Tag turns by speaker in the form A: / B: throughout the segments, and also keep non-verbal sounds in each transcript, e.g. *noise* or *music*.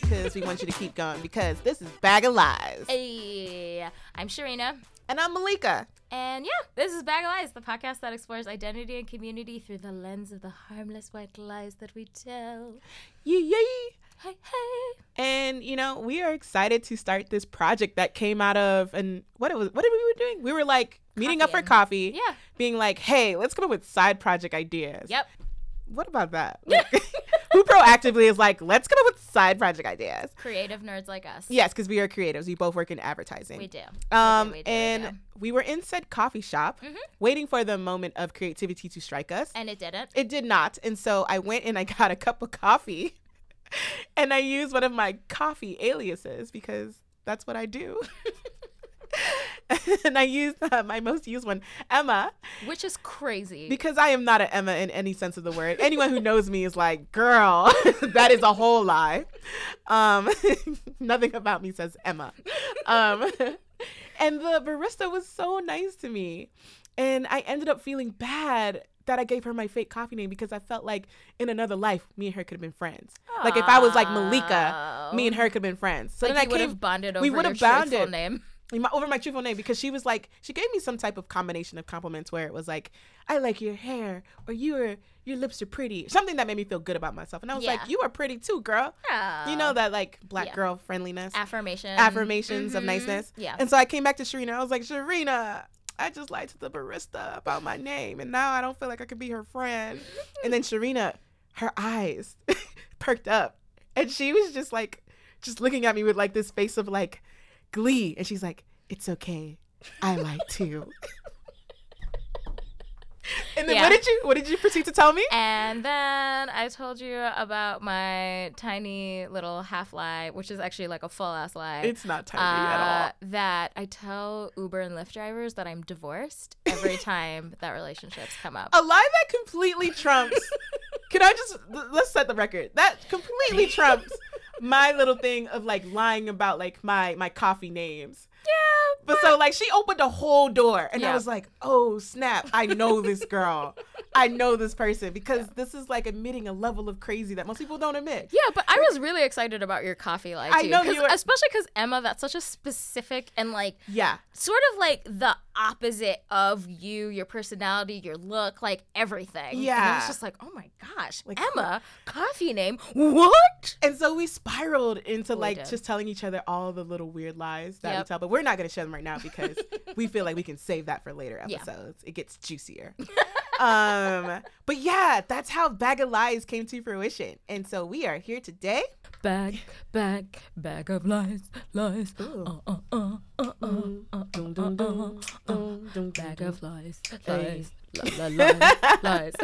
A: because we want you to keep going because this is Bag of Lies.
B: Hey, I'm Sharina.
A: And I'm Malika.
B: And yeah, this is Bag of Lies, the podcast that explores identity and community through the lens of the harmless white lies that we tell.
A: Yay, yay.
B: Hey, hey.
A: And you know, we are excited to start this project that came out of and what it was what did we were doing? We were like meeting up for coffee.
B: Yeah.
A: Being like, hey, let's come up with side project ideas.
B: Yep.
A: What about that? Like, *laughs* who proactively is like, let's come up with side project ideas?
B: Creative nerds like us.
A: Yes, because we are creatives. We both work in advertising.
B: We do.
A: Um,
B: We do, we do, we
A: and
B: do. Mm-hmm.
A: we were in said coffee shop, waiting for the moment of creativity to strike us.
B: And it didn't.
A: It did not. And so I went and I *laughs* got a cup of coffee *laughs* and I used one of my coffee aliases because that's what I do. *laughs* and I used uh, my most used one, Emma,
B: Which is crazy.
A: because I am not an Emma in any sense of the word. Anyone who knows me is like, girl, *laughs* that is a whole lie. Um, *laughs* nothing about me says Emma. Um, *laughs* and the barista was so nice to me. And I ended up feeling bad that I gave her my fake coffee name because I felt like in another life, me and her could have been friends. Like if I was like Malika, me and her could have been friends. So
B: Oh. like
A: then I
B: you would
A: came
B: have bonded over
A: we
B: your
A: would've
B: truthful
A: bonded.
B: name.
A: my, over my truthful name because she was like she gave me some type of combination of compliments where it was like I like your hair or you are your lips are pretty something that made me feel good about myself and I was
B: Yeah. Uh,
A: like you are pretty too girl you know that like black
B: Yeah.
A: girl friendliness
B: *laughs* affirmation.
A: affirmations of
B: Mhm.
A: niceness
B: Yeah.
A: and so I came back to Sharina I was like Sharina I just lied to the barista about my name and now I don't feel like I could be her friend and then Sharina her eyes *laughs* perked up and she was just like just looking at me with like this face of like glee and she's like it's okay i like too *laughs* and then
B: Yeah.
A: what did you what did you proceed to tell me
B: And then I told you about my tiny little half lie, which is actually like a full ass lie.
A: it's not tiny at all
B: uh, That I tell Uber and Lyft drivers that I'm divorced
A: *laughs*
B: every time that relationships come up.
A: a lie that completely trumps can i just l- let's set the record that completely trumps my little thing of like lying about like my my coffee names
B: Yeah.
A: But so like she opened a whole door and
B: Yeah.
A: I was like, "Oh, snap. I know this girl. I know this person because this is like admitting a level of crazy that most people don't admit."
B: Yeah, but I was really excited about your coffee lie too.
A: I know
B: 'cause-
A: you were-
B: especially because Emma, that's such a specific and like
A: Yeah.
B: sort of like the opposite of you, your personality, your look, like everything. and I
A: Yeah.
B: was just like, oh my gosh,
A: Like,
B: Emma, coffee name, what?
A: And so we spiraled into
B: We
A: like
B: did.
A: just telling each other all the little weird lies that we
B: Yep.
A: tell, but we're not going to share them right now
B: *laughs*
A: because we feel like we can save that for later
B: Yeah.
A: episodes. It gets
B: *laughs*
A: juicier. um, but yeah, that's how Bag of Lies came to fruition. And so we are here today.
B: Bag, bag, bag of lies, lies. Uh, uh, uh, uh, uh, uh, uh, uh, uh, uh. Bag of lies, *laughs* lies, li- li- lies,
A: *laughs*
B: lies.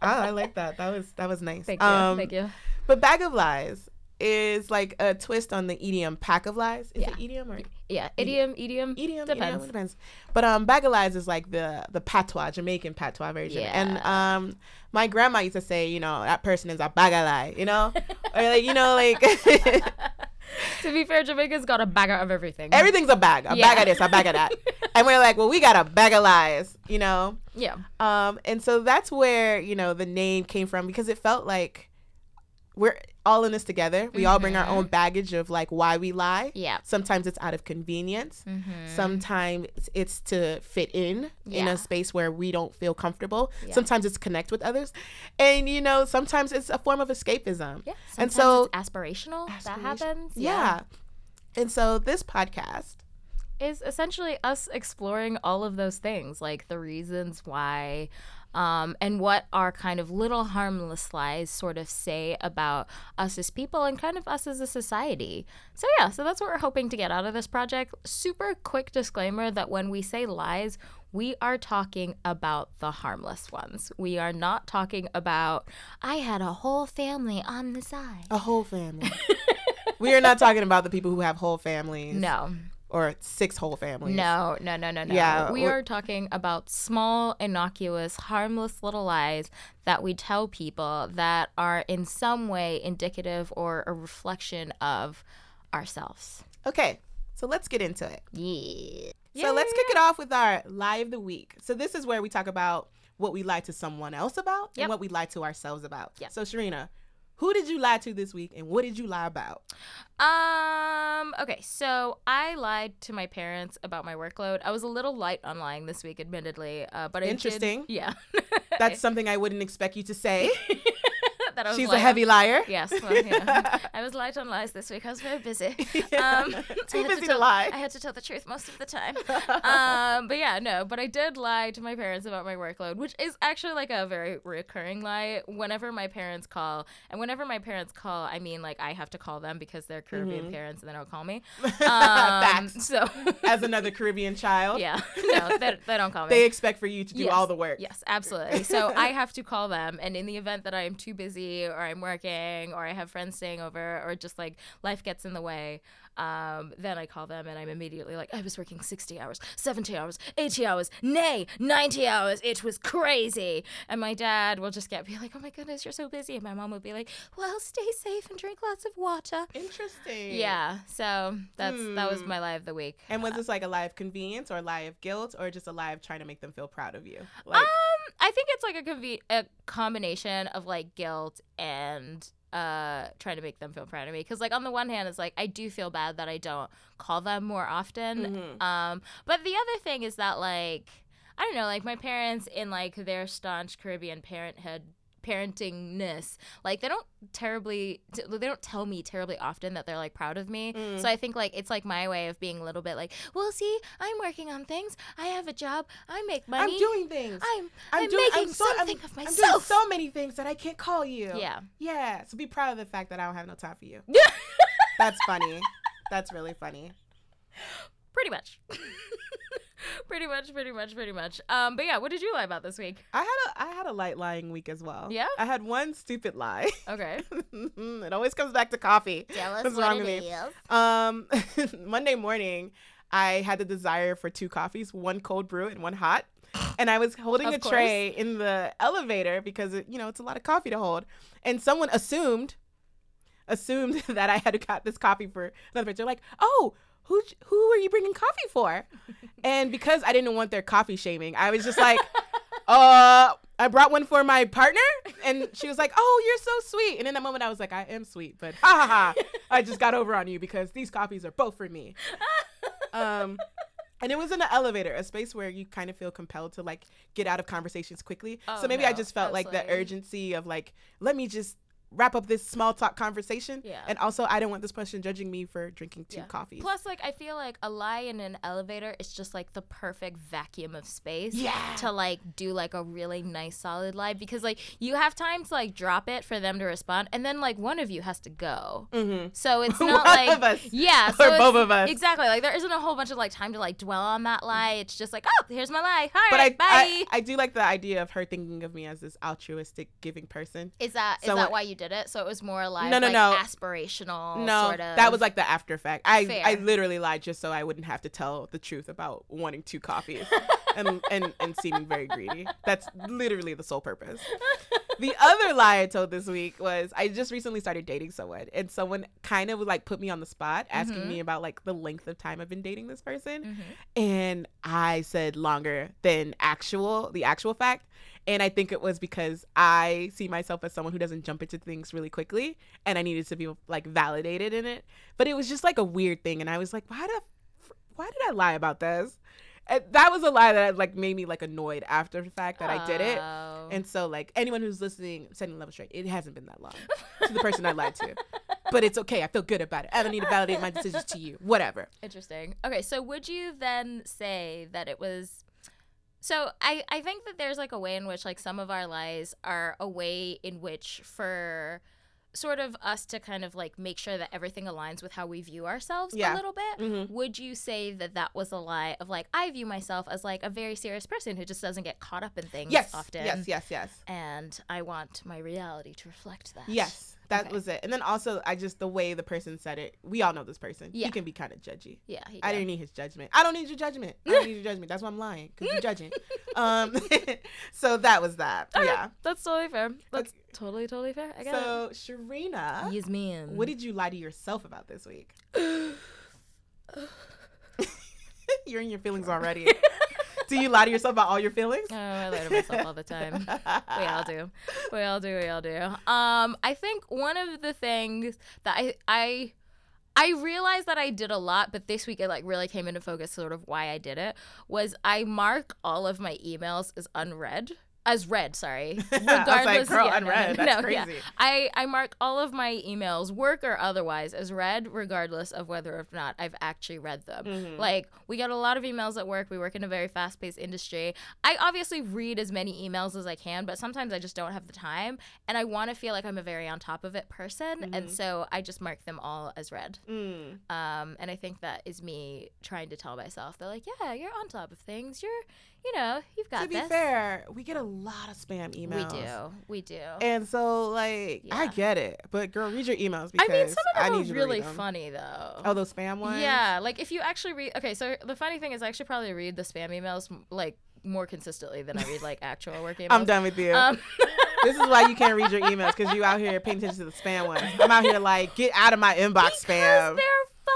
A: Ah, I like that. That was that was nice. Um,
B: Thank you, thank you.
A: But Bag of Lies is like a twist on the EDM Pack of Lies. Is
B: Yeah.
A: it EDM or
B: Yeah, idiom, idiom,
A: EDM?
B: depends.
A: EDM, depends. But um, Bag of Lies is like the the patois, Jamaican patois version. And um, my grandma used to say, you know, that person is a bag of lie, you know, or like *laughs* you know, like
B: To be fair, Jamaica's got a bagger of everything.
A: everything's a bag, a
B: Yeah.
A: bag of this, a bag of that. and we're like, well, we got a bag of lies, you know.
B: yeah,
A: Um, and so that's where you know the name came from because it felt like we're all in this together. We all bring our
B: Mm-hmm.
A: own baggage of like why we lie.
B: yeah.
A: Sometimes it's out of convenience. Sometimes it's to fit in in
B: Mm-hmm. Yeah.
A: a space where we don't feel comfortable.
B: Yeah.
A: Sometimes it's connect with others, and you know sometimes it's a form of escapism.
B: Yeah,
A: And
B: sometimes
A: so-
B: it's aspirational, that
A: Aspiration-
B: happens.
A: Yeah. And so this podcast,
B: is essentially us exploring all of those things, like the reasons why um, and what our kind of little harmless lies sort of say about us as people and kind of us as a society. So, yeah, so that's what we're hoping to get out of this project. Super quick disclaimer that when we say lies, we are talking about the harmless ones. We are not talking about, I had a whole family on the side.
A: a whole
B: *laughs*
A: family. we are not talking about the people who have whole families
B: No,
A: or six whole families.
B: No, no, no, no, no.
A: Yeah,
B: we
A: we're-
B: are talking about small, innocuous, harmless little lies that we tell people that are in some way indicative or a reflection of ourselves.
A: Okay, so let's get into it.
B: Yeah.
A: So let's kick it off with our lie of the week. So this is where we talk about what we lie to someone else about
B: Yep.
A: and what we lie to ourselves about.
B: Yep.
A: So Sharina, Who did you lie to this week and what did you lie about?
B: Um, okay, so I lied to my parents about my workload. I was a little light on lying this week, admittedly. Uh, but I did-
A: Interesting.
B: *laughs* yeah.
A: That's something I wouldn't expect you to
B: *laughs*
A: say.
B: that I
A: *laughs*
B: was
A: She's
B: light
A: a
B: on-
A: heavy liar.
B: Yes, well, you know, I was light on lies this week. I was very busy.
A: Yeah.
B: Um, I
A: Too
B: had
A: busy to
B: tell-
A: lie.
B: I had to tell the truth most of the time. um, but yeah, no, but I did lie to my parents about my workload, which is actually like a very recurring lie. Whenever my parents call, and whenever my parents call, I mean like I have to call them because they're Caribbean parents and they don't call me.
A: *laughs*
B: Um,
A: Facts.
B: so *laughs*
A: As another Caribbean child,
B: yeah, no, they, they don't call me.
A: they expect for you to do all the work.
B: Yes, absolutely. So I have to call them, and in the event that I am too busy, or I'm working, or I have friends staying over, or just like life gets in the way, um, then I call them, and I'm immediately like, I was working 60 hours, 70 hours, 80 hours, nay, 90 hours. It was crazy. And my dad will just get be like, Oh my goodness, you're so busy. And my mom will be like, Well, stay safe and drink lots of water.
A: Interesting.
B: Yeah. So that's that was my lie of the week.
A: And was this like a lie of convenience or a lie of guilt or just a lie of trying to make them feel proud of you? Like,
B: Um, I think it's like a, conve- a combination of like guilt and uh trying to make them feel proud of me because like on the one hand it's like i do feel bad that i don't call them more often
A: mhm.
B: um but the other thing is that like i don't know like my parents in like their staunch caribbean parenthood parentingness like they don't terribly t- they don't tell me terribly often that they're like proud of me
A: Mm.
B: so i think like it's like my way of being a little bit like well see i'm working on things i have a job i make money
A: I'm doing things.
B: I'm
A: I'm
B: I'm,
A: doing- I'm
B: making
A: so- I'm-
B: something of
A: I'm doing
B: myself.
A: so many things that I can't call you.
B: yeah.
A: Yeah. So be proud of the fact that I don't have no time for
B: *laughs*
A: you. That's funny. That's really funny. *laughs*
B: Pretty much. pretty much, pretty much, pretty much. Um, but yeah, what did you lie about this week?
A: I had a I had a light lying week as well.
B: Yeah?
A: I had one stupid lie. *laughs*
B: Okay.
A: it always comes back to coffee.
B: *laughs* Tell us
A: What's wrong with me? Um, *laughs* Monday morning, I had the desire for two coffees, one cold brew and one hot. And I was holding
B: Of
A: a
B: course.
A: tray in the elevator because it, you know it's a lot of coffee to hold. And someone assumed, assumed *laughs* that I had got this coffee for another person. They're like, "Oh, who who are you bringing coffee for?" and because I didn't want their coffee shaming, I was just like, "Uh." I brought one for my partner, and she was like, "Oh, you're so sweet." And in that moment, I was like, "I am sweet," but ha ha ha, I just got over on you because these copies are both for
B: *laughs*
A: me. Um, and it was in an elevator, a space where you kind of feel compelled to like get out of conversations quickly.
B: Oh,
A: so maybe I
B: no,
A: just felt like the
B: absolutely.
A: urgency of like, let me just wrap up this small talk conversation.
B: Yeah.
A: And also, I don't want this person judging me for drinking two
B: Yeah.
A: coffees.
B: Plus, like, I feel like a lie in an elevator is just like the perfect vacuum of space.
A: Yeah.
B: To like do like a really nice solid lie because like you have time to like drop it for them to respond, and then like one of you has to go.
A: Mhm.
B: So it's
A: *laughs*
B: not
A: One
B: like
A: of us.
B: yeah,
A: Or
B: so it's-
A: both of us.
B: exactly. Like there isn't a whole bunch of like time to like dwell on that lie. It's just like oh, here's my lie. All
A: but
B: right,
A: I, I
B: bye.
A: I do like the idea of her thinking of me as this altruistic, giving person.
B: is that is
A: someone-
B: that why you did it? So it was more like
A: No, no,
B: like
A: no.
B: aspirational.
A: No,
B: sort of.
A: that was like the after fact. I I
B: Fair.
A: literally lied just so I wouldn't have to tell the truth about wanting two coffees
B: *laughs*
A: and, and and seeming very greedy. That's literally the sole purpose. The other lie I told this week was I just recently started dating someone, and someone kind of like put me on the spot, asking
B: Mhm.
A: me about like the length of time I've been dating this person,
B: Mhm.
A: and I said longer than actual the actual fact. And I think it was because I see myself as someone who doesn't jump into things really quickly, and I needed to be like validated in it. But it was just like a weird thing, and I was like, why the, f- why did I lie about this? And that was a lie that like made me like annoyed after the fact that I did it.
B: Oh.
A: And so, like anyone who's listening, sending love straight, it hasn't been that long to the person I lied to, but it's okay. I feel good about it. I don't need to validate my decisions to you. Whatever.
B: Interesting. Okay, so would you then say that it was so I, I think that there's like a way in which like some of our lies are a way in which for sort of us to kind of like make sure that everything aligns with how we view ourselves
A: Yeah.
B: a little bit.
A: Mhm.
B: Would you say that that was a lie of like I view myself as like a very serious person who just doesn't get caught up in things
A: Yes.
B: often
A: Yes. Yes. Yes.
B: and I want my reality to reflect that.
A: Yes. That
B: Okay.
A: was it. And then also, I just the way the person said it. We all know this person.
B: Yeah.
A: He can be kind of judgy.
B: Yeah. he
A: I
B: did.
A: didn't need his judgment. I don't need your judgment. I
B: *laughs*
A: don't need your judgment. That's why I'm lying because you're judging. Um, *laughs* so that was that.
B: Okay,
A: Yeah.
B: That's totally fair. That's totally, totally fair. I got
A: So Sharina,
B: it. Yes, ma'am.
A: what did you lie to yourself about this
B: *sighs*
A: week? *laughs* you're in your feelings already. Do you lie to yourself about all your
B: *laughs*
A: feelings? *laughs*
B: Oh, I lie to myself all the time. we all do. We all do. We all do. Um, I think one of the things that I I I realized that I did a lot, but this week it like really came into focus sort of why I did it was I mark all of my emails as unread. As read, sorry. Regardless,
A: *laughs* I was like, girl,
B: yeah, no,
A: unread.
B: no,
A: That's
B: *laughs* no, yeah.
A: crazy.
B: I, I mark all of my emails, work or otherwise, as read, regardless of whether or not I've actually read them.
A: Mhm.
B: Like, we get a lot of emails at work. We work in a very fast paced industry. I obviously read as many emails as I can, but sometimes I just don't have the time. And I want to feel like I'm a very on top of it person. And
A: Mhm.
B: so I just mark them all as read.
A: Mm.
B: Um, and I think that is me trying to tell myself, they're like, yeah, you're on top of things. You're, you know, you've got
A: to be
B: this.
A: fair, we get a lot of spam emails.
B: We do. We do.
A: And so, like, I
B: Yeah.
A: get it, but girl, read your emails
B: I
A: because
B: mean, some of them
A: need
B: are
A: you to read
B: really
A: them.
B: funny, though.
A: Oh, those spam ones.
B: Yeah, like if you actually read. Okay, so the funny thing is, I actually probably read the spam emails m- like more consistently than I
A: *laughs*
B: read like actual work emails.
A: I'm done with you.
B: Um,
A: *laughs* this is why you can't read your emails because you out here paying attention to the spam ones. I'm out here like, get out of my inbox,
B: because
A: spam.
B: they're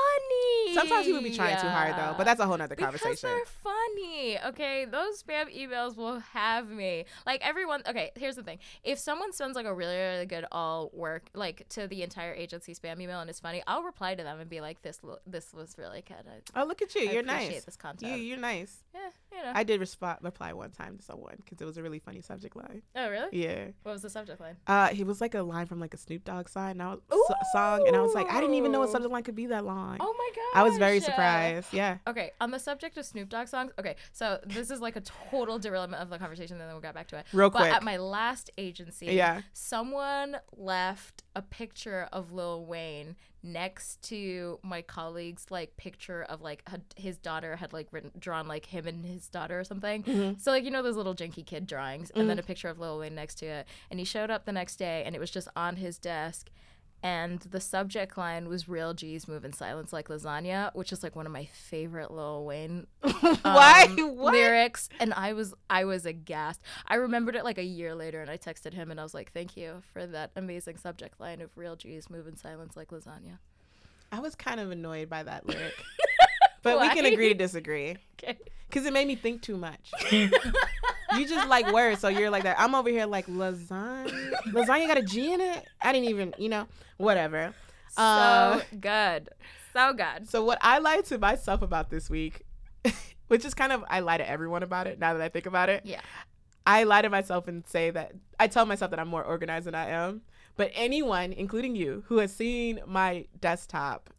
B: funny.
A: Sometimes people be trying too hard though, but that's a whole nother
B: Because
A: conversation.
B: they're funny. Okay, those spam emails will have me. Like everyone. Okay, here's the thing: if someone sends like a really, really good all work, like to the entire agency spam email, and it's funny, I'll reply to them and be like, "This, lo- this was really good. I,
A: Oh, look at you.
B: I
A: You're
B: appreciate
A: nice.
B: this
A: You,
B: content.
A: you're nice.
B: yeah, you know.
A: I did respond reply one time to someone because it was a really funny subject line.
B: oh, really?
A: Yeah,
B: What was the subject line?
A: uh, it was like a line from like a Snoop Dogg song, and I was, so- song, and I was like, I didn't even know a
B: Ooh.
A: subject line could be that long.
B: Oh my god!
A: I was very surprised. Yeah.
B: Okay, on the subject of Snoop Dogg songs. Okay, so this is like a total *laughs* derailment of the conversation, and then we'll get back to it.
A: Real
B: but uh,
A: quick.
B: at my last agency,
A: Yeah.
B: someone left a picture of Lil Wayne next to my colleague's like picture of like had- his daughter had like written drawn like him and his daughter or something.
A: Mhm.
B: So like you know those little janky kid drawings, and then a picture of Lil Wayne next to it. And he showed up the next day, and it was just on his desk. And the subject line was "Real G's move in silence like lasagna," which is like one of my favorite Lil Wayne *laughs*
A: Why?
B: um,
A: What?
B: lyrics and i was i was aghast i remembered it like a year later and i texted him and i was like thank you for that amazing subject line of real g's move in silence like lasagna
A: I was kind of annoyed by that lyric. but we can
B: Why?
A: agree to disagree
B: *laughs* okay
A: because it made me think too much. you just like words, so you're like that. I'm over here like lasagna. Lasagna got a G in it. I didn't even, you know, whatever. Uh,
B: so good so good
A: So what I lied to myself about this week, *laughs* which is kind of I lie to everyone about it. Now that I think about it,
B: Yeah.
A: I lie to myself and say that I tell myself that I'm more organized than I am. But anyone, including you, who has seen my desktop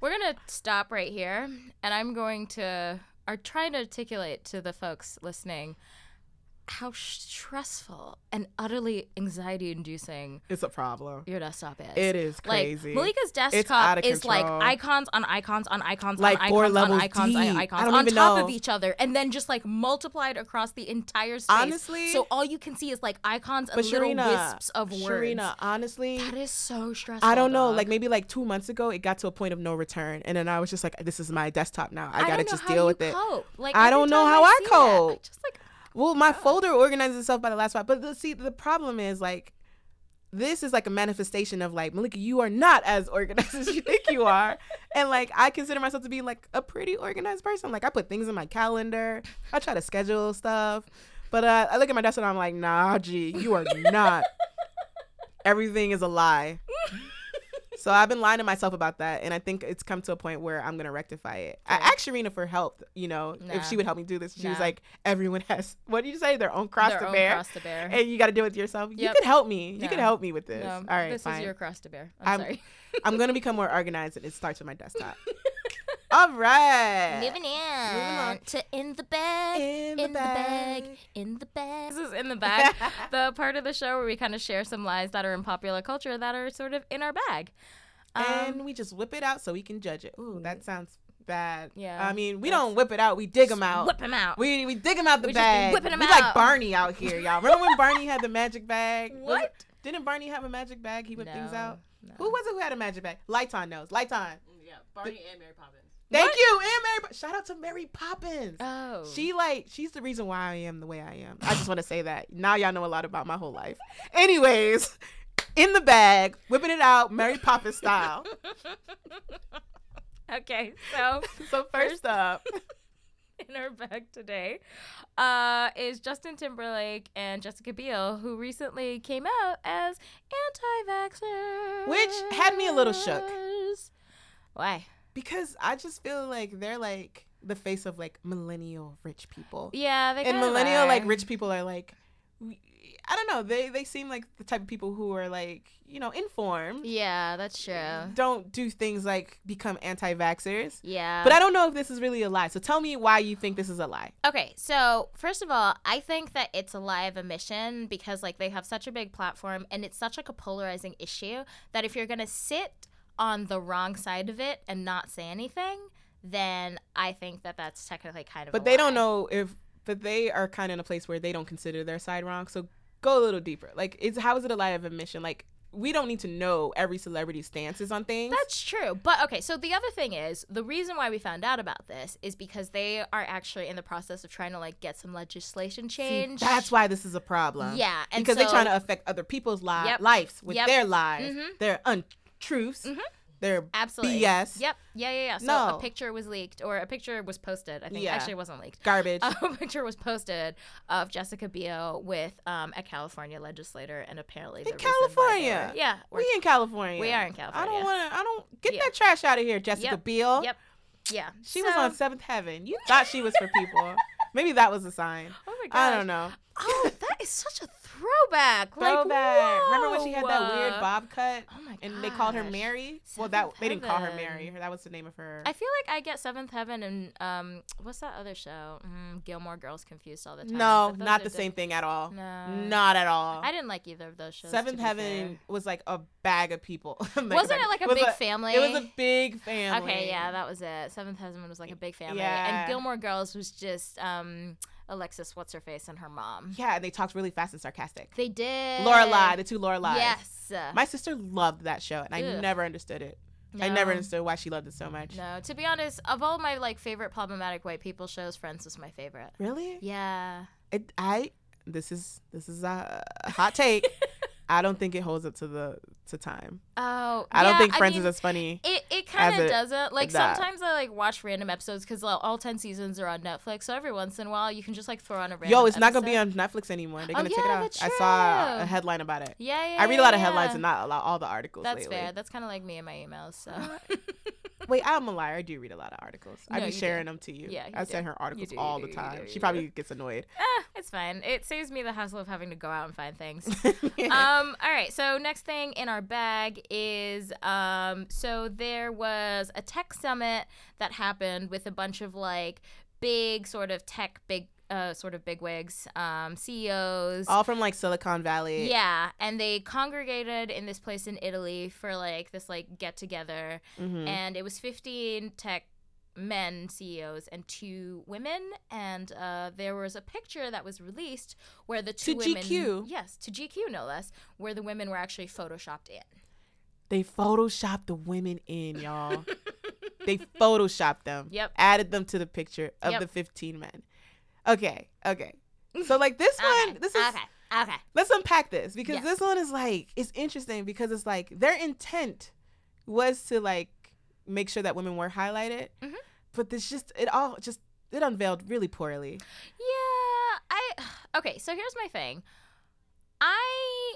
B: we're gonna stop right here and i'm going to are trying to articulate to the folks listening how stressful and utterly anxiety inducing
A: it's a problem.
B: your desktop is
A: It is
B: Like
A: crazy.
B: Malika's
A: out
B: desktop
A: of
B: is like
A: control.
B: icons on icons on icons
A: Like
B: on icons
A: four
B: on
A: levels
B: icons on
A: deep. I
B: icons
A: don't
B: on
A: even
B: top
A: know.
B: of each other, and then just like multiplied across the entire space.
A: Honestly-
B: so all you can see is like icons and
A: but
B: little
A: Sharina,
B: wisps of words.
A: Sharina, honestly,
B: That is so stressful.
A: I don't know.
B: dog.
A: Like maybe like two months ago, it got to a point of no return, and then I was just like, "This is my desktop now. I,
B: don't
A: gotta
B: know
A: just
B: how
A: deal
B: you
A: with it."
B: cope. Like
A: I
B: every
A: don't know
B: time
A: how I
B: see that, I
A: cope.
B: just like
A: Well, my folder organizes itself by the last spot, but the, see, the problem is like, this is like a manifestation of like Malika, you are not as organized as you think you are, and like I consider myself to be like a pretty organized person. Like I put things in my calendar, I try to schedule stuff, but uh, I look at my desktop and I'm like, Nah, G, you are not. Everything is a lie. So I've been lying to myself about that, and I think it's come to a point where I'm gonna rectify it. I
B: Okay.
A: asked Sharina for help, you know,
B: Nah.
A: if she would help me do this. She was
B: Nah.
A: like, "Everyone has *laughs* what do you say? Their own cross
B: their
A: to
B: own
A: bear,
B: cross to bear.
A: and you got to deal with yourself. You
B: Yep.
A: could help me. You could
B: No.
A: help me with this.
B: No,
A: All right,
B: this
A: fine.
B: is your cross to bear. I'm,
A: I'm- *laughs*
B: sorry. *laughs*
A: I'm gonna become more organized, and it starts with my desktop. All right,
B: Moving in
A: along.
B: to in the bag.
A: in
B: in the bag. in the bag. This is in
A: *laughs*
B: the bag, the part of the show where we kind of share some lies that are in popular culture that are sort of in our bag. Um, mm.
A: and we just whip it out so we can judge it. Ooh, that sounds bad.
B: Yeah,
A: I mean, we
B: that's-
A: don't whip it out. We dig them out.
B: whip them out.
A: We we dig them out the
B: We just be
A: bag.
B: whipping 'em
A: we
B: out.
A: like Barney out here, y'all. Remember when Barney had the magic bag? Was
B: What?
A: it- didn't Barney have a magic bag? He whipped things
B: No,
A: out.
B: no.
A: Who was it who had a magic bag? Lighton knows. Lighton.
C: Yeah, Barney and Mary Poppins.
A: Thank
B: What?
A: you, and Mary. Po- Shout out to Mary Poppins.
B: Oh,
A: She like she's the reason why I am the way I am. I just want to say that. Now y'all know a lot about my whole life. Anyways, in the bag, whipping it out, Mary Poppins style.
B: okay. So *laughs*
A: so first up,
B: in our bag today uh, is Justin Timberlake and Jessica Biel, who recently came out as anti-vaxxers,
A: Which had me a little shook.
B: Why?
A: because I just feel like they're like the face of like millennial rich people.
B: Yeah, they
A: and
B: kinda
A: millennial like
B: are.
A: rich people are like we- I don't know, they they seem like the type of people who are like, you know, informed.
B: Yeah, that's true.
A: Don't do things like become anti-vaxxers.
B: Yeah,
A: But I don't know if this is really a lie. So tell me why you think this is a lie.
B: Okay, so first of all, I think that it's a lie of omission because like they have such a big platform and it's such like a polarizing issue that if you're gonna sit on the wrong side of it and not say anything, then I think that that's technically kind of. a
A: But they don't
B: lie.
A: know if but they are kind of in a place where they don't consider their side wrong. So go a little deeper. Like it's how is it a lie of admission? Like we don't need to know every celebrity's stances on things.
B: That's true. But okay, so the other thing is the reason why we found out about this is because they are actually in the process of trying to like get some legislation
A: See,
B: change.
A: that's why this is a problem.
B: yeah, and
A: because they're
B: so-
A: trying to affect other people's lives,
B: Yep.
A: lives with
B: Yep. Mm-hmm.
A: their lies,
B: Mhm.
A: their untruths, their
B: absolutely
A: BS.
B: Yep. Yeah, yeah, yeah. So
A: No.
B: a picture was leaked or a picture was posted. I think
A: Yeah.
B: actually it wasn't leaked.
A: garbage.
B: *laughs* a picture was posted of Jessica Biel with um, a California legislator, and apparently the
A: In
B: reason why they
A: California?
B: were- yeah, we're-
A: we in California.
B: we are in
A: I
B: California.
A: don't want to. I don't get
B: Yeah.
A: that trash out of here, Jessica
B: Yep.
A: Biel.
B: Yep. yeah.
A: She was on
B: So-
A: Seventh Heaven. You thought she was for
B: *laughs*
A: people. Maybe that was a sign.
B: Oh my god!
A: I don't know.
B: Oh, that is such a throwback. Like,
A: Throwback. Remember when she had that weird
B: whoa.
A: bob cut
B: Oh my god!
A: and they called her Mary? well, that
B: Seventh
A: they didn't call her
B: Heaven.
A: Mary. That was the name of her.
B: I feel like I get Seventh Heaven and um, what's that other show? Mm, Gilmore Girls confused all the time.
A: no,
B: but those
A: not
B: are
A: the same thing at all.
B: No.
A: Not at all.
B: I didn't like either of those shows. to
A: Seventh
B: be
A: Heaven
B: fair.
A: was like a bag of people. *laughs*
B: Wasn't it like a
A: was
B: big family?
A: It was a big family.
B: Okay, yeah, that was it. Seventh Husband was like a big family,
A: Yeah.
B: and Gilmore Girls was just um, Alexis, what's her face, and her mom.
A: yeah, and they talked really fast and sarcastic.
B: They did.
A: Lorelai, the two Lorelai.
B: Yes.
A: My sister loved that show, and I
B: Ugh.
A: never understood it. I
B: No.
A: never understood why she loved it so much.
B: No, to be honest, of all my like favorite problematic white people shows, Friends was my favorite.
A: Really?
B: Yeah.
A: It, I. This is this is a, a hot take.
B: *laughs*
A: I don't think it holds up to the to time.
B: Oh.
A: I don't
B: yeah,
A: think Friends
B: mean,
A: is as funny.
B: It, it kind
A: as it-
B: of doesn't. Like
A: that.
B: sometimes I like watch random episodes because all 10 seasons are on Netflix. So every once in a while you can just like throw on a random
A: Yo, it's not gonna be
B: episode.
A: on Netflix anymore. They're
B: Oh,
A: gonna take it
B: yeah,
A: off.
B: that's
A: I saw a
B: true.
A: headline about it.
B: Yeah, yeah.
A: I read a lot of
B: yeah,
A: headlines
B: yeah.
A: and not a lot all the articles
B: That's
A: lately.
B: fair. That's kind of like me and my emails.
A: *laughs*
B: So.
A: Wait, I'm a liar. I do read a lot of articles. I be
B: No, you do.
A: sharing them to you.
B: Yeah, you
A: I
B: do.
A: send her articles
B: do, you
A: all
B: do,
A: the
B: you
A: time.
B: do, you
A: she
B: do.
A: probably gets annoyed.
B: ah, it's fine. It saves me the hassle of having to go out and find things.
A: *laughs* Yeah.
B: *laughs* um, all right. So next thing in our bag is um, so there was a tech summit that happened with a bunch of like big sort of tech big uh, sort of bigwigs, um, CEOs.
A: all from like Silicon Valley.
B: yeah, and they congregated in this place in Italy for like this like get together
A: Mhm.
B: and it was 15 tech men CEOs and two women and uh, there was a picture that was released where the two
A: To
B: women
A: GQ.
B: yes to GQ no less where the women were actually photoshopped in
A: They photoshopped the women in,
B: *laughs*
A: y'all. they photoshopped them.
B: Yep.
A: Added them to the picture of
B: Yep.
A: the 15 men. Okay. Okay. So like this one,
B: *laughs* okay
A: this is
B: okay okay
A: let's unpack this because
B: Yeah.
A: this one is like it's interesting because it's like their intent was to like make sure that women were highlighted
B: Mhm.
A: but this just it all just it unveiled really poorly
B: yeah I *sighs* okay so here's my thing I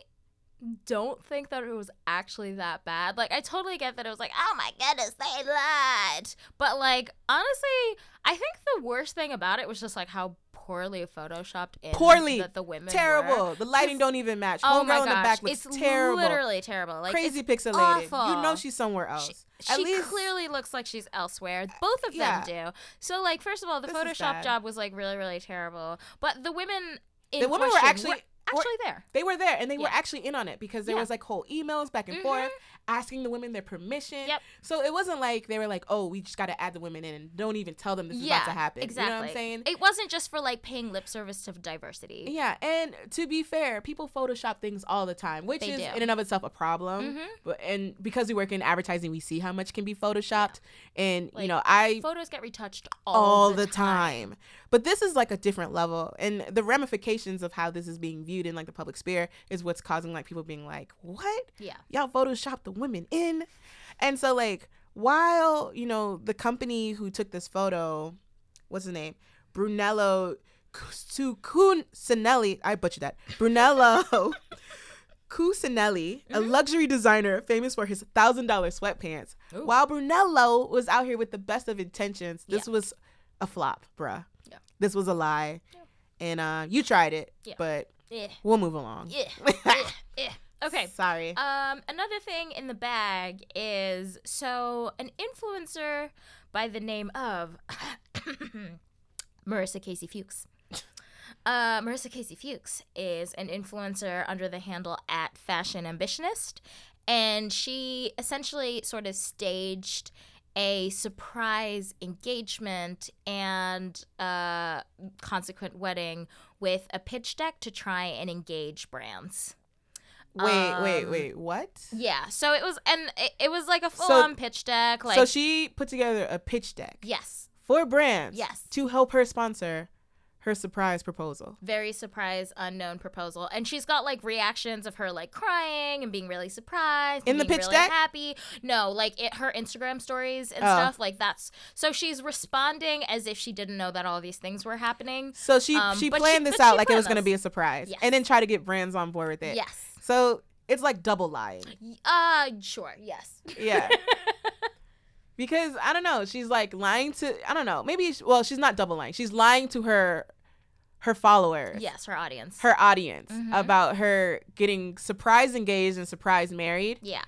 B: don't think that it was actually that bad like I totally get that it was like oh my goodness they lied But like honestly, I think the worst thing about it was just like how poorly photoshopped in
A: Poorly.
B: that the women
A: terrible
B: were.
A: the lighting
B: Just-
A: don't even match
B: Oh
A: homegirl
B: my
A: in the
B: gosh,
A: back looks
B: it's
A: terrible
B: literally terrible. Like it's-
A: crazy pixelated you know
B: awful.
A: she's somewhere else
B: she clearly looks like she's elsewhere. Both of
A: yeah.
B: them do. So like first of all, the
A: This is bad.
B: Photoshop job was like really really terrible. But the women in
A: The women were
B: question
A: actually- were-
B: actually there.
A: they were there and they were
B: Yeah.
A: actually in on it because there
B: Yeah.
A: was like whole emails back and
B: Mhm.
A: forth asking the women their permission.
B: Yep.
A: So it wasn't like they were like, oh, we just got to add the women in and don't even tell them this is
B: yeah,
A: about to happen.
B: exactly.
A: You know what I'm saying?
B: It wasn't just for like paying lip service to diversity.
A: yeah, and to be fair, people Photoshop things all the time, which
B: They
A: is
B: do.
A: in and of itself a problem.
B: Mhm.
A: But and because we work in advertising, we see how much can be photoshopped, and you
B: Like,
A: know I
B: Photos get retouched all,
A: all the time. But this is like a different level, and the ramifications of how this is being viewed in like the public sphere is what's causing like people being like, what?
B: Yeah.
A: y'all photoshopped the women in and so like while you know the company who took this photo what's his name Brunello Cucinelli. I butchered that. Brunello Cucinelli,
B: Mm-hmm.
A: a luxury designer famous for his $1,000 sweatpants.
B: Ooh.
A: While Brunello was out here with the best of intentions, this was a flop, bruh.
B: Yeah.
A: This was a lie. And uh, you tried it,
B: Yeah.
A: but
B: Yeah.
A: we'll move along.
B: Yeah.
A: *laughs*
B: Yeah. Yeah. Okay.
A: Sorry.
B: Um, another thing in the bag is so an influencer by the name of *coughs* Marissa Casey Fuchs. Uh, Marissa Casey Fuchs is an influencer under the handle at Fashion Ambitionist, and she essentially sort of staged a surprise engagement and uh, consequent wedding with a pitch deck to try and engage brands.
A: wait, wait,
B: um,
A: wait. What?
B: Yeah. So it was, and it, it was like a
A: So-
B: full on pitch deck. Like,
A: so she put together a pitch deck
B: yes,
A: for brands
B: Yes.
A: to help her sponsor her surprise proposal.
B: very surprise, unknown proposal, and she's got like reactions of her like crying and being really surprised and
A: In the
B: being
A: pitch
B: really
A: deck?
B: happy. No, like it, her Instagram stories and
A: Oh.
B: stuff like that's. So she's responding as if she didn't know that all these things were happening.
A: So she
B: Um,
A: she
B: but she-
A: planned this
B: but she
A: out like it
B: planned
A: was going to
B: this.
A: be a surprise,
B: Yes.
A: and then try to get brands on board with it.
B: Yes.
A: So it's like double lying.
B: Y- Uh, sure. Yes. *laughs*
A: Yeah. because I don't know, she's like lying to I don't know. Maybe she- well, she's not double lying. She's lying to her her followers.
B: Yes, her audience.
A: Her audience
B: Mhm.
A: about her getting surprise engaged and surprise married.
B: yeah.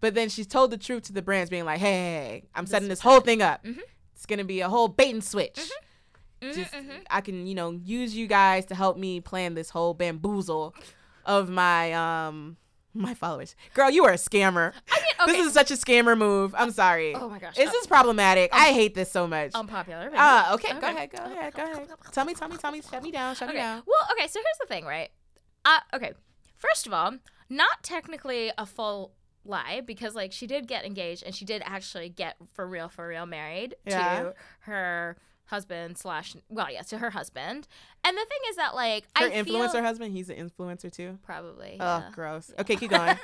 A: But then she's told the truth to the brands, being like, "Hey, hey, hey, I'm
B: This
A: setting
B: is
A: this whole thing up.
B: Mhm.
A: It's gonna be a whole bait and switch.
B: Mhm,
A: Just
B: mhm.
A: I can, you know, use you guys to help me plan this whole bamboozle of my um my followers. Girl, you are a scammer.
B: I mean, okay.
A: This is such a scammer move. I'm sorry.
B: oh my gosh.
A: This
B: uh,
A: is problematic. I hate this so much.
B: unpopular. but-
A: Ah, okay, Go
B: okay.
A: ahead. Go ahead. Go ahead. Tell me. Tell me. Tell me. Shut me down. Shut
B: Okay.
A: me down.
B: Well, okay, so here's the thing, right? Uh, okay. First of all, not technically a full lie because like she did get engaged and she did actually get for real for real married
A: Yeah.
B: to her husband slash well yeah to her husband and the thing is that like
A: Her
B: i
A: influencer
B: feel
A: husband. He's an influencer too.
B: probably
A: Oh,
B: yeah.
A: gross.
B: Yeah.
A: Okay, keep going.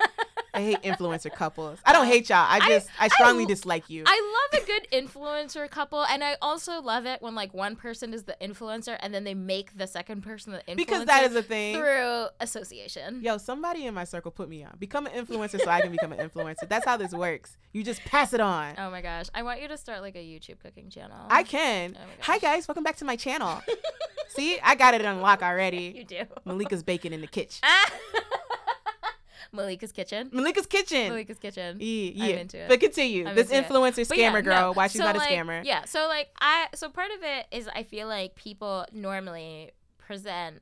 A: I
B: *laughs*
A: hate influencer couples. I don't hate y'all. I
B: I-
A: just I, strongly
B: l-
A: dislike you.
B: I love a good influencer couple, and I also love it when like one person is the influencer, and then they make the second person the influencer
A: because that is a thing.
B: through association.
A: Yo, somebody in my circle put me on. Become an influencer so I can become an influencer. That's how this works. You just pass it on.
B: Oh my gosh, I want you to start like a YouTube cooking channel. *laughs*
A: I can.
B: Oh my
A: Hi
B: gosh.
A: guys, welcome back to my channel. See, I got it unlocked already. *laughs*
B: *laughs* You do.
A: Malika's baking in the kitchen.
B: Malika's kitchen.
A: Malika's kitchen.
B: Malika's kitchen.
A: Yeah,
B: I'm
A: yeah.
B: into it.
A: But continue.
B: I'm
A: this
B: into it.
A: influencer
B: But
A: scammer
B: yeah, no.
A: girl, why she's
B: So,
A: not a
B: like,
A: scammer.
B: Yeah. So like I so part of it is I feel like people normally present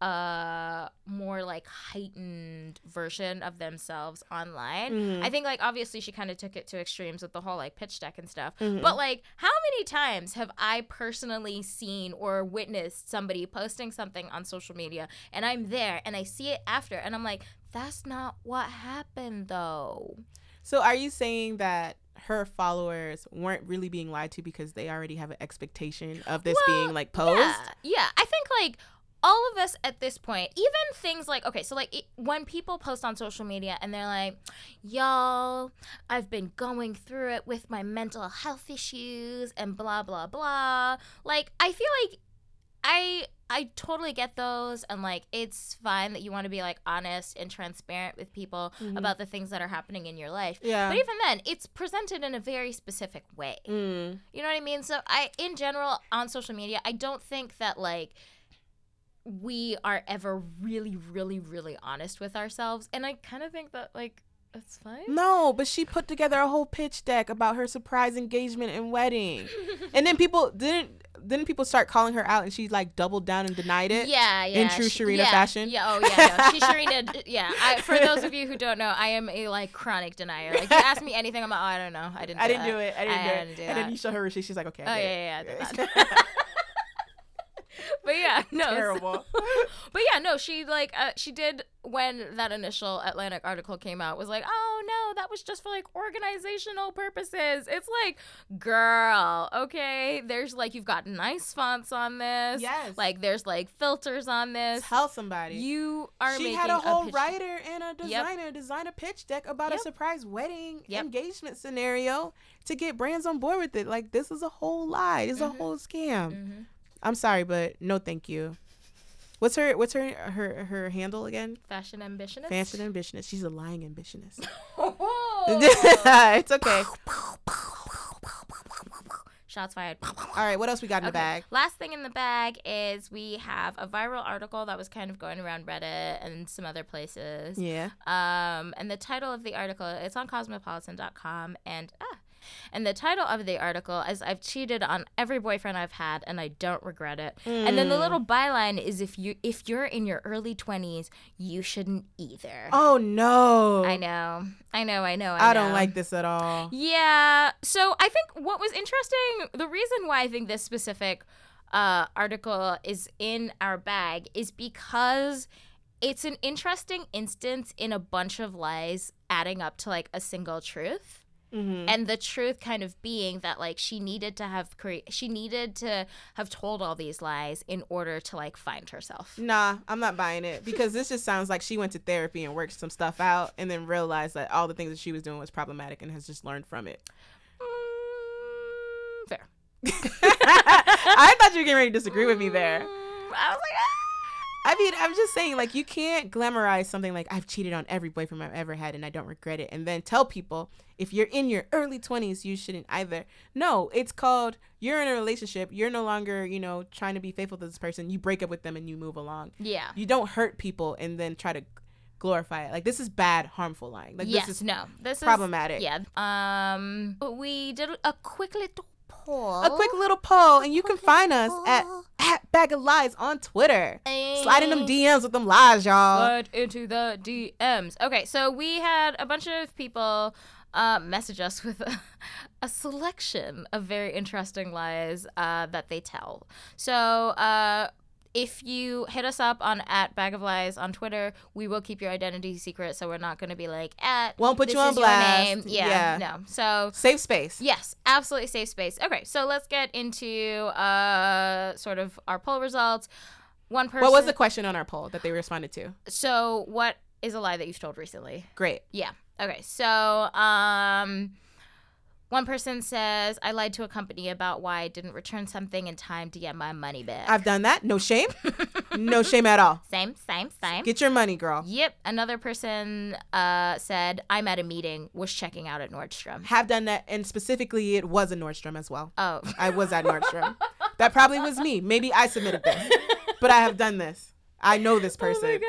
B: a more like heightened version of themselves online.
A: Mhm.
B: I think like obviously she kind of took it to extremes with the whole like pitch deck and stuff.
A: Mhm.
B: But like how many times have I personally seen or witnessed somebody posting something on social media and I'm there and I see it after and I'm like that's not what happened though.
A: So are you saying that her followers weren't really being lied to because they already have an expectation of this
B: Well,
A: being like posed?
B: Yeah, yeah. I think like all of us at this point, even things like okay, so like it, when people post on social media and they're like, "Y'all, I've been going through it with my mental health issues and blah blah blah." Like I feel like I I totally get those and like it's fine that you want to be like honest and transparent with people
A: Mhm.
B: about the things that are happening in your life.
A: Yeah.
B: But even then, it's presented in a very specific way.
A: Mm.
B: You know what I mean? So I in general on social media, I don't think that like we are ever really really really honest with ourselves and I kind of think that like that's fine.
A: No, but she put together a whole pitch deck about her surprise engagement and
B: *laughs*
A: wedding. and then people didn't didn't people start calling her out and she like doubled down and denied it?
B: Yeah, yeah.
A: in true
B: she-
A: Sharina
B: yeah,
A: fashion?
B: Yeah, oh yeah,
A: *laughs*
B: no. She Sharina yeah. I, for those of you who don't know, I am a like chronic denier. Like you ask me anything, I'm like, oh, I don't know. I didn't do
A: I didn't
B: that.
A: do it. I didn't,
B: I
A: do,
B: didn't
A: it.
B: do
A: And
B: that.
A: then you show her receipt. She's like, okay.
B: Oh
A: I
B: yeah,
A: did it. *laughs*
B: yeah, yeah, I did *laughs* that. But yeah, *laughs* no. so-
A: Terrible.
B: But yeah, no, she like uh, she did when that initial Atlantic article came out was like, "Oh no, that was just for like organizational purposes." It's like, "Girl, okay, there's like you've got nice fonts on this.
A: Yes.
B: Like there's like filters on this.
A: Tell somebody.
B: You are
A: she
B: making
A: had a whole
B: pitch-
A: writer and a
B: Yep.
A: designer design a pitch deck about
B: Yep.
A: a surprise wedding
B: Yep.
A: engagement scenario to get brands on board with it. Like this is a whole lie. This is
B: Mhm.
A: a whole scam.
B: Mhm.
A: I'm sorry, but no, thank you. What's her What's her her her handle again?
B: Fashion ambitionist.
A: Fashion *laughs* ambitionist. She's a lying
B: *laughs*
A: ambitionist.
B: Oh.
A: *laughs* it's okay.
B: *laughs* Shots fired.
A: All right, what else we got *laughs* in the bag?
B: Last thing in the bag is we have a viral article that was kind of going around Reddit and some other places.
A: Yeah.
B: Um, and the title of the article, it's on cosmopolitan.com. And, ah, and the title of the article is I've cheated on every boyfriend I've had and I don't regret it. And
A: Mm.
B: then the little byline is if you if you're in your early 20s, you shouldn't either.
A: Oh no.
B: I know. I know. I know. I,
A: I don't
B: know.
A: like this at all.
B: Yeah. So I think what was interesting, the reason why I think this specific uh, article is in our bag is because it's an interesting instance in a bunch of lies adding up to like a single truth
A: Mhm.
B: and the truth kind of being that like she needed to have cre- she needed to have told all these lies in order to like find herself
A: Nah, I'm not buying it because this just sounds like she went to therapy and worked some stuff out and then realized that all the things that she was doing was problematic and has just learned from it. *laughs*
B: Mm, fair
A: I thought you were getting ready to disagree with me there.
B: Mm, i was like ah!
A: I mean, I'm just saying, like, you can't glamorize something like I've cheated on every boyfriend I've ever had and I don't regret it, and then tell people if you're in your early 20s, you shouldn't either. No, it's called you're in a relationship, you're no longer, you know, trying to be faithful to this person, you break up with them and you move along.
B: yeah
A: You don't hurt people and then try to glorify it. Like, this is bad, harmful lying. Like,
B: yes
A: this is
B: no this is
A: problematic.
B: yeah um but we did a quick little poll
A: A quick little poll, and you can find us at, at Bag of Lies on Twitter. Slide in them DMs with them lies, y'all.
B: Slide into the DMs. Okay, so we had a bunch of people uh, message us with *laughs* a, a selection of very interesting lies uh, that they tell. So uh, if you hit us up on at Bag of Lies on Twitter, we will keep your identity secret. So we're not going to be like at
A: Won't put
B: this
A: you on
B: is your
A: blast.
B: name. Yeah, no. So
A: Safe space.
B: Yes, absolutely safe space. Okay, so let's get into uh, sort of our poll results. One person.
A: What was the question on our poll that they responded to?
B: So, what is a lie that you've told recently?
A: Great.
B: Yeah. Okay. So, um, one person says, I lied to a company about why I didn't return something in time to get my money back.
A: I've done that. No shame. *laughs* no shame at all.
B: same, same, same.
A: Get your money, girl.
B: Yep. Another person uh, said, I'm at a meeting, was checking out at Nordstrom.
A: Have done that. And specifically, it was a Nordstrom as well.
B: Oh. *laughs*
A: I was at Nordstrom. that probably was me. Maybe I submitted this, but I have done this. I know this
B: Oh
A: person.
B: gosh.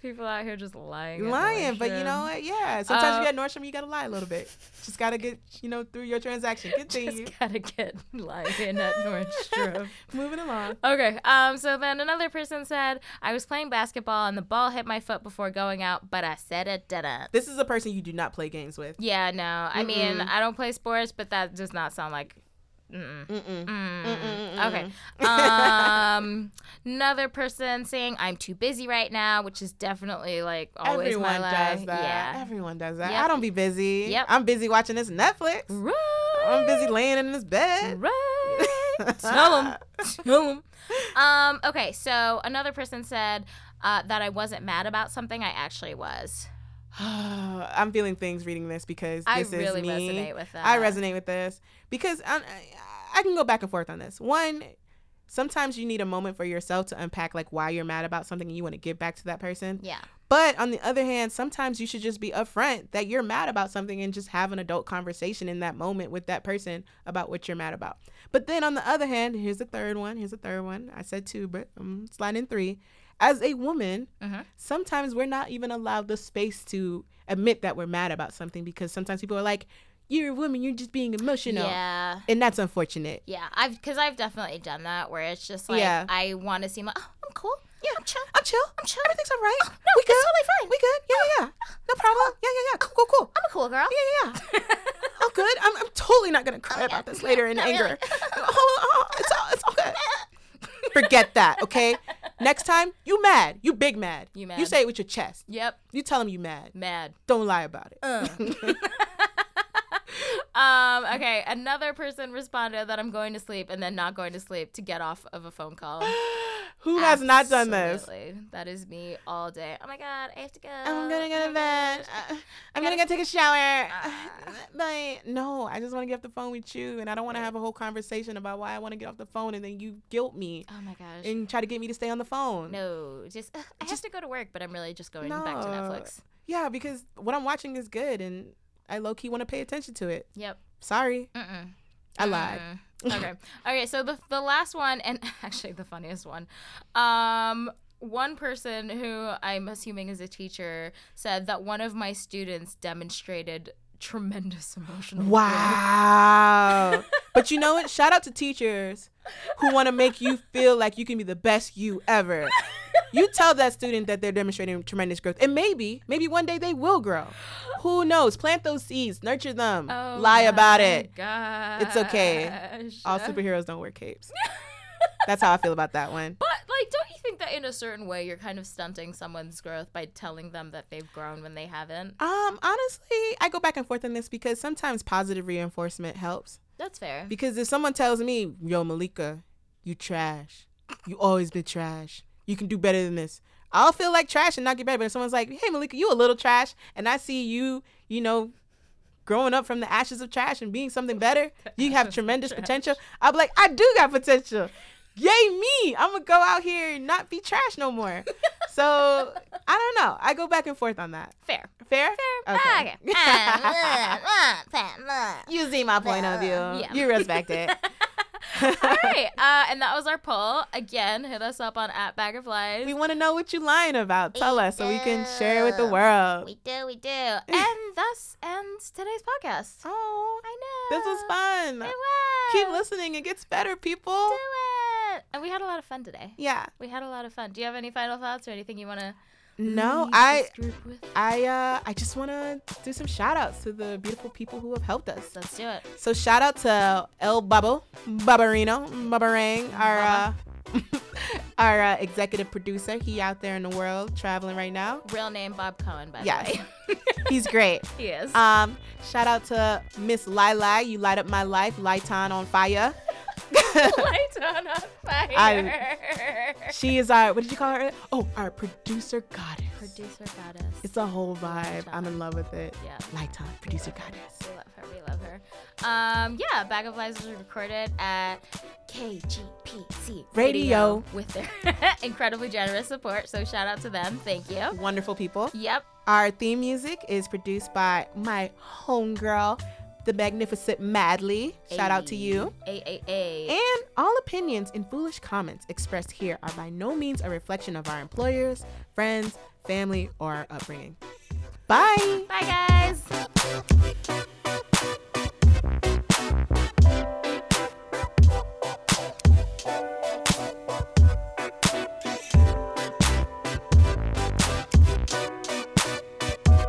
B: People out here just lying. *laughs* at
A: lying, but you know
B: Nordstrom.
A: what? Yeah. Sometimes
B: Uh,
A: you at Nordstrom, you gotta lie a little bit. Just gotta get, you know, through your transaction. Continue.
B: Just gotta get *laughs* lying at Nordstrom.
A: Moving along.
B: Okay. Um. So then another person said, "I was playing basketball and the ball hit my foot before going out, but I said it didn't."
A: This is a person you do not play games with.
B: Yeah. No. I mean,
A: Mm-mm.
B: I don't play sports, but that does not sound like. Mm-mm.
A: Mm-mm.
B: Mm.
A: Mm-mm-mm-mm.
B: Okay. Um. another person saying, "I'm too busy right now," which is definitely like always my
A: Everyone
B: lie.
A: does that.
B: Yeah.
A: Everyone does that.
B: Yep.
A: I don't be busy.
B: Yep.
A: I'm busy watching this Netflix. I'm busy laying in this bed.
B: Right. *laughs* Tell 'em. Tell 'em. Um. Okay. So another person said uh, that I wasn't mad about something. I actually was.
A: *sighs* I'm feeling things reading this because
B: I
A: this
B: really
A: is me.
B: resonate with that.
A: I resonate with this because I'm, I- I can go back and forth on this. One, sometimes you need a moment for yourself to unpack like why you're mad about something and you want to give back to that person.
B: Yeah.
A: But on the other hand, sometimes you should just be upfront that you're mad about something and just have an adult conversation in that moment with that person about what you're mad about. But then on the other hand, here's the third one. Here's the third one. I said two, but I'm sliding three. As a woman,
B: Mhm.
A: sometimes we're not even allowed the space to admit that we're mad about something because sometimes people are like, "You're a woman. You're just being emotional,"
B: Yeah.
A: and that's unfortunate.
B: Yeah. I've because I've definitely done that where it's just like
A: Yeah.
B: I want to seem like oh I'm cool. Yeah. I'm chill.
A: I'm chill.
B: I'm chill.
A: Everything's all right.
B: no,
A: we
B: it's
A: good.
B: totally fine.
A: We good. Yeah, yeah, yeah. No problem. Yeah, yeah, yeah. Cool, cool, cool.
B: I'm a cool girl.
A: Yeah, yeah, yeah. Oh, good. I'm, I'm totally not gonna cry about this later in
B: Not
A: anger.
B: really.
A: oh, oh, it's all, it's all good. Forget that, okay? Next time, you mad. You big mad.
B: You
A: You
B: mad.
A: say it with your chest.
B: *laughs* yep.
A: You tell them you mad.
B: Mad.
A: Don't lie about it.
B: Uh. *laughs* Um, okay, another person responded that I'm going to sleep and then not going to sleep to get off of a phone call.
A: *laughs* *gasps* Who has not done this?
B: Absolutely. That is me all day. Oh my god, I have to go.
A: I'm gonna go
B: *laughs* Oh
A: to
B: my
A: bed.
B: gosh.
A: Uh, I'm gonna go
B: gotta-
A: take a shower.
B: Ah.
A: But no, I just want to get off the phone with you, and I don't want to have a whole conversation about why I want to get off the phone, and then you guilt me
B: Oh my gosh.
A: and try to get me to stay on the phone.
B: no, just *laughs* uh, I have to go to work, but I'm really just going back to
A: No.
B: Netflix.
A: Yeah, because what I'm watching is good, and I low key want to pay attention to it.
B: Yep.
A: Sorry,
B: Mm-mm.
A: I lied.
B: Mm. okay. Okay. So the the last one, and actually the funniest one, um, one person who I'm assuming is a teacher said that one of my students demonstrated tremendous emotional. growth. *laughs*
A: Wow. but you know what? Shout out to teachers who want to make you feel like you can be the best you ever. You tell that student that they're demonstrating tremendous growth. And maybe, maybe one day they will grow. Who knows? Plant those seeds, nurture them,
B: Oh
A: lie about
B: my
A: it. It's okay.
B: gosh.
A: All superheroes don't wear
B: *laughs*
A: capes. That's how I feel about that one.
B: But like, don't you think that in a certain way you're kind of stunting someone's growth by telling them that they've grown when they haven't?
A: Um, honestly, I go back and forth on this because sometimes positive reinforcement helps.
B: That's fair.
A: Because if someone tells me, yo, Malika, you trash. You always been trash. You can do better than this. I'll feel like trash and not get better. But if someone's like, hey, Malika, you a little trash. And I see you, you know, growing up from the ashes of trash and being something
B: *laughs*
A: better. You have tremendous potential. I'll be like, I do got potential. Yay, me. I'm going to go out here and not be trash no more. so I don't know. I go back and forth on that.
B: Fair.
A: Fair?
B: Fair.
A: *laughs*
B: Okay. Ah, blah, blah, blah.
A: you see my point of view.
B: Yeah.
A: You respect it.
B: *laughs* All right. Uh, and that was our poll. Again, hit us up on at Bag of Lies.
A: We want to know what you lying about. Tell us so we can share with the world.
B: We do, we do. and
A: *laughs*
B: thus ends today's podcast.
A: Oh,
B: I know.
A: this was fun.
B: It was.
A: Keep listening. It gets better, people.
B: Do it. And we had a lot of fun today.
A: Yeah.
B: We had a lot of fun. Do you have any final thoughts or anything you want to?
A: No, I,
B: Group with?
A: I, uh, I just want to do some shout outs to the beautiful people who have helped us.
B: Let's do it.
A: So shout out to El Bubble, Bubberino, Bubberang, our, uh, *laughs* our uh, executive producer. He out there in the world traveling right now.
B: Real name Bob Cohen, by
A: Yes.
B: the way. *laughs*
A: He's great.
B: he is. *laughs*
A: Um, shout out to Miss Lila. You light up my life. Lighton on fire. *laughs*
B: Light on a fire.
A: She is our what did you call her? Oh, our producer goddess.
B: Producer goddess.
A: It's a whole vibe. I'm in love with it.
B: yeah.
A: Lighton, producer goddess.
B: We love her. We love her. Um, yeah, Bag of Lies was recorded at KGPC
A: Radio.
B: with their *laughs* incredibly generous support. So shout out to them. Thank you.
A: Wonderful people.
B: Yep.
A: Our theme music is produced by my homegirl, the magnificent Madly. Shout out to you.
B: A A A.
A: And all opinions and foolish comments expressed here are by no means a reflection of our employers, friends, family, or our upbringing. Bye.
B: Bye guys.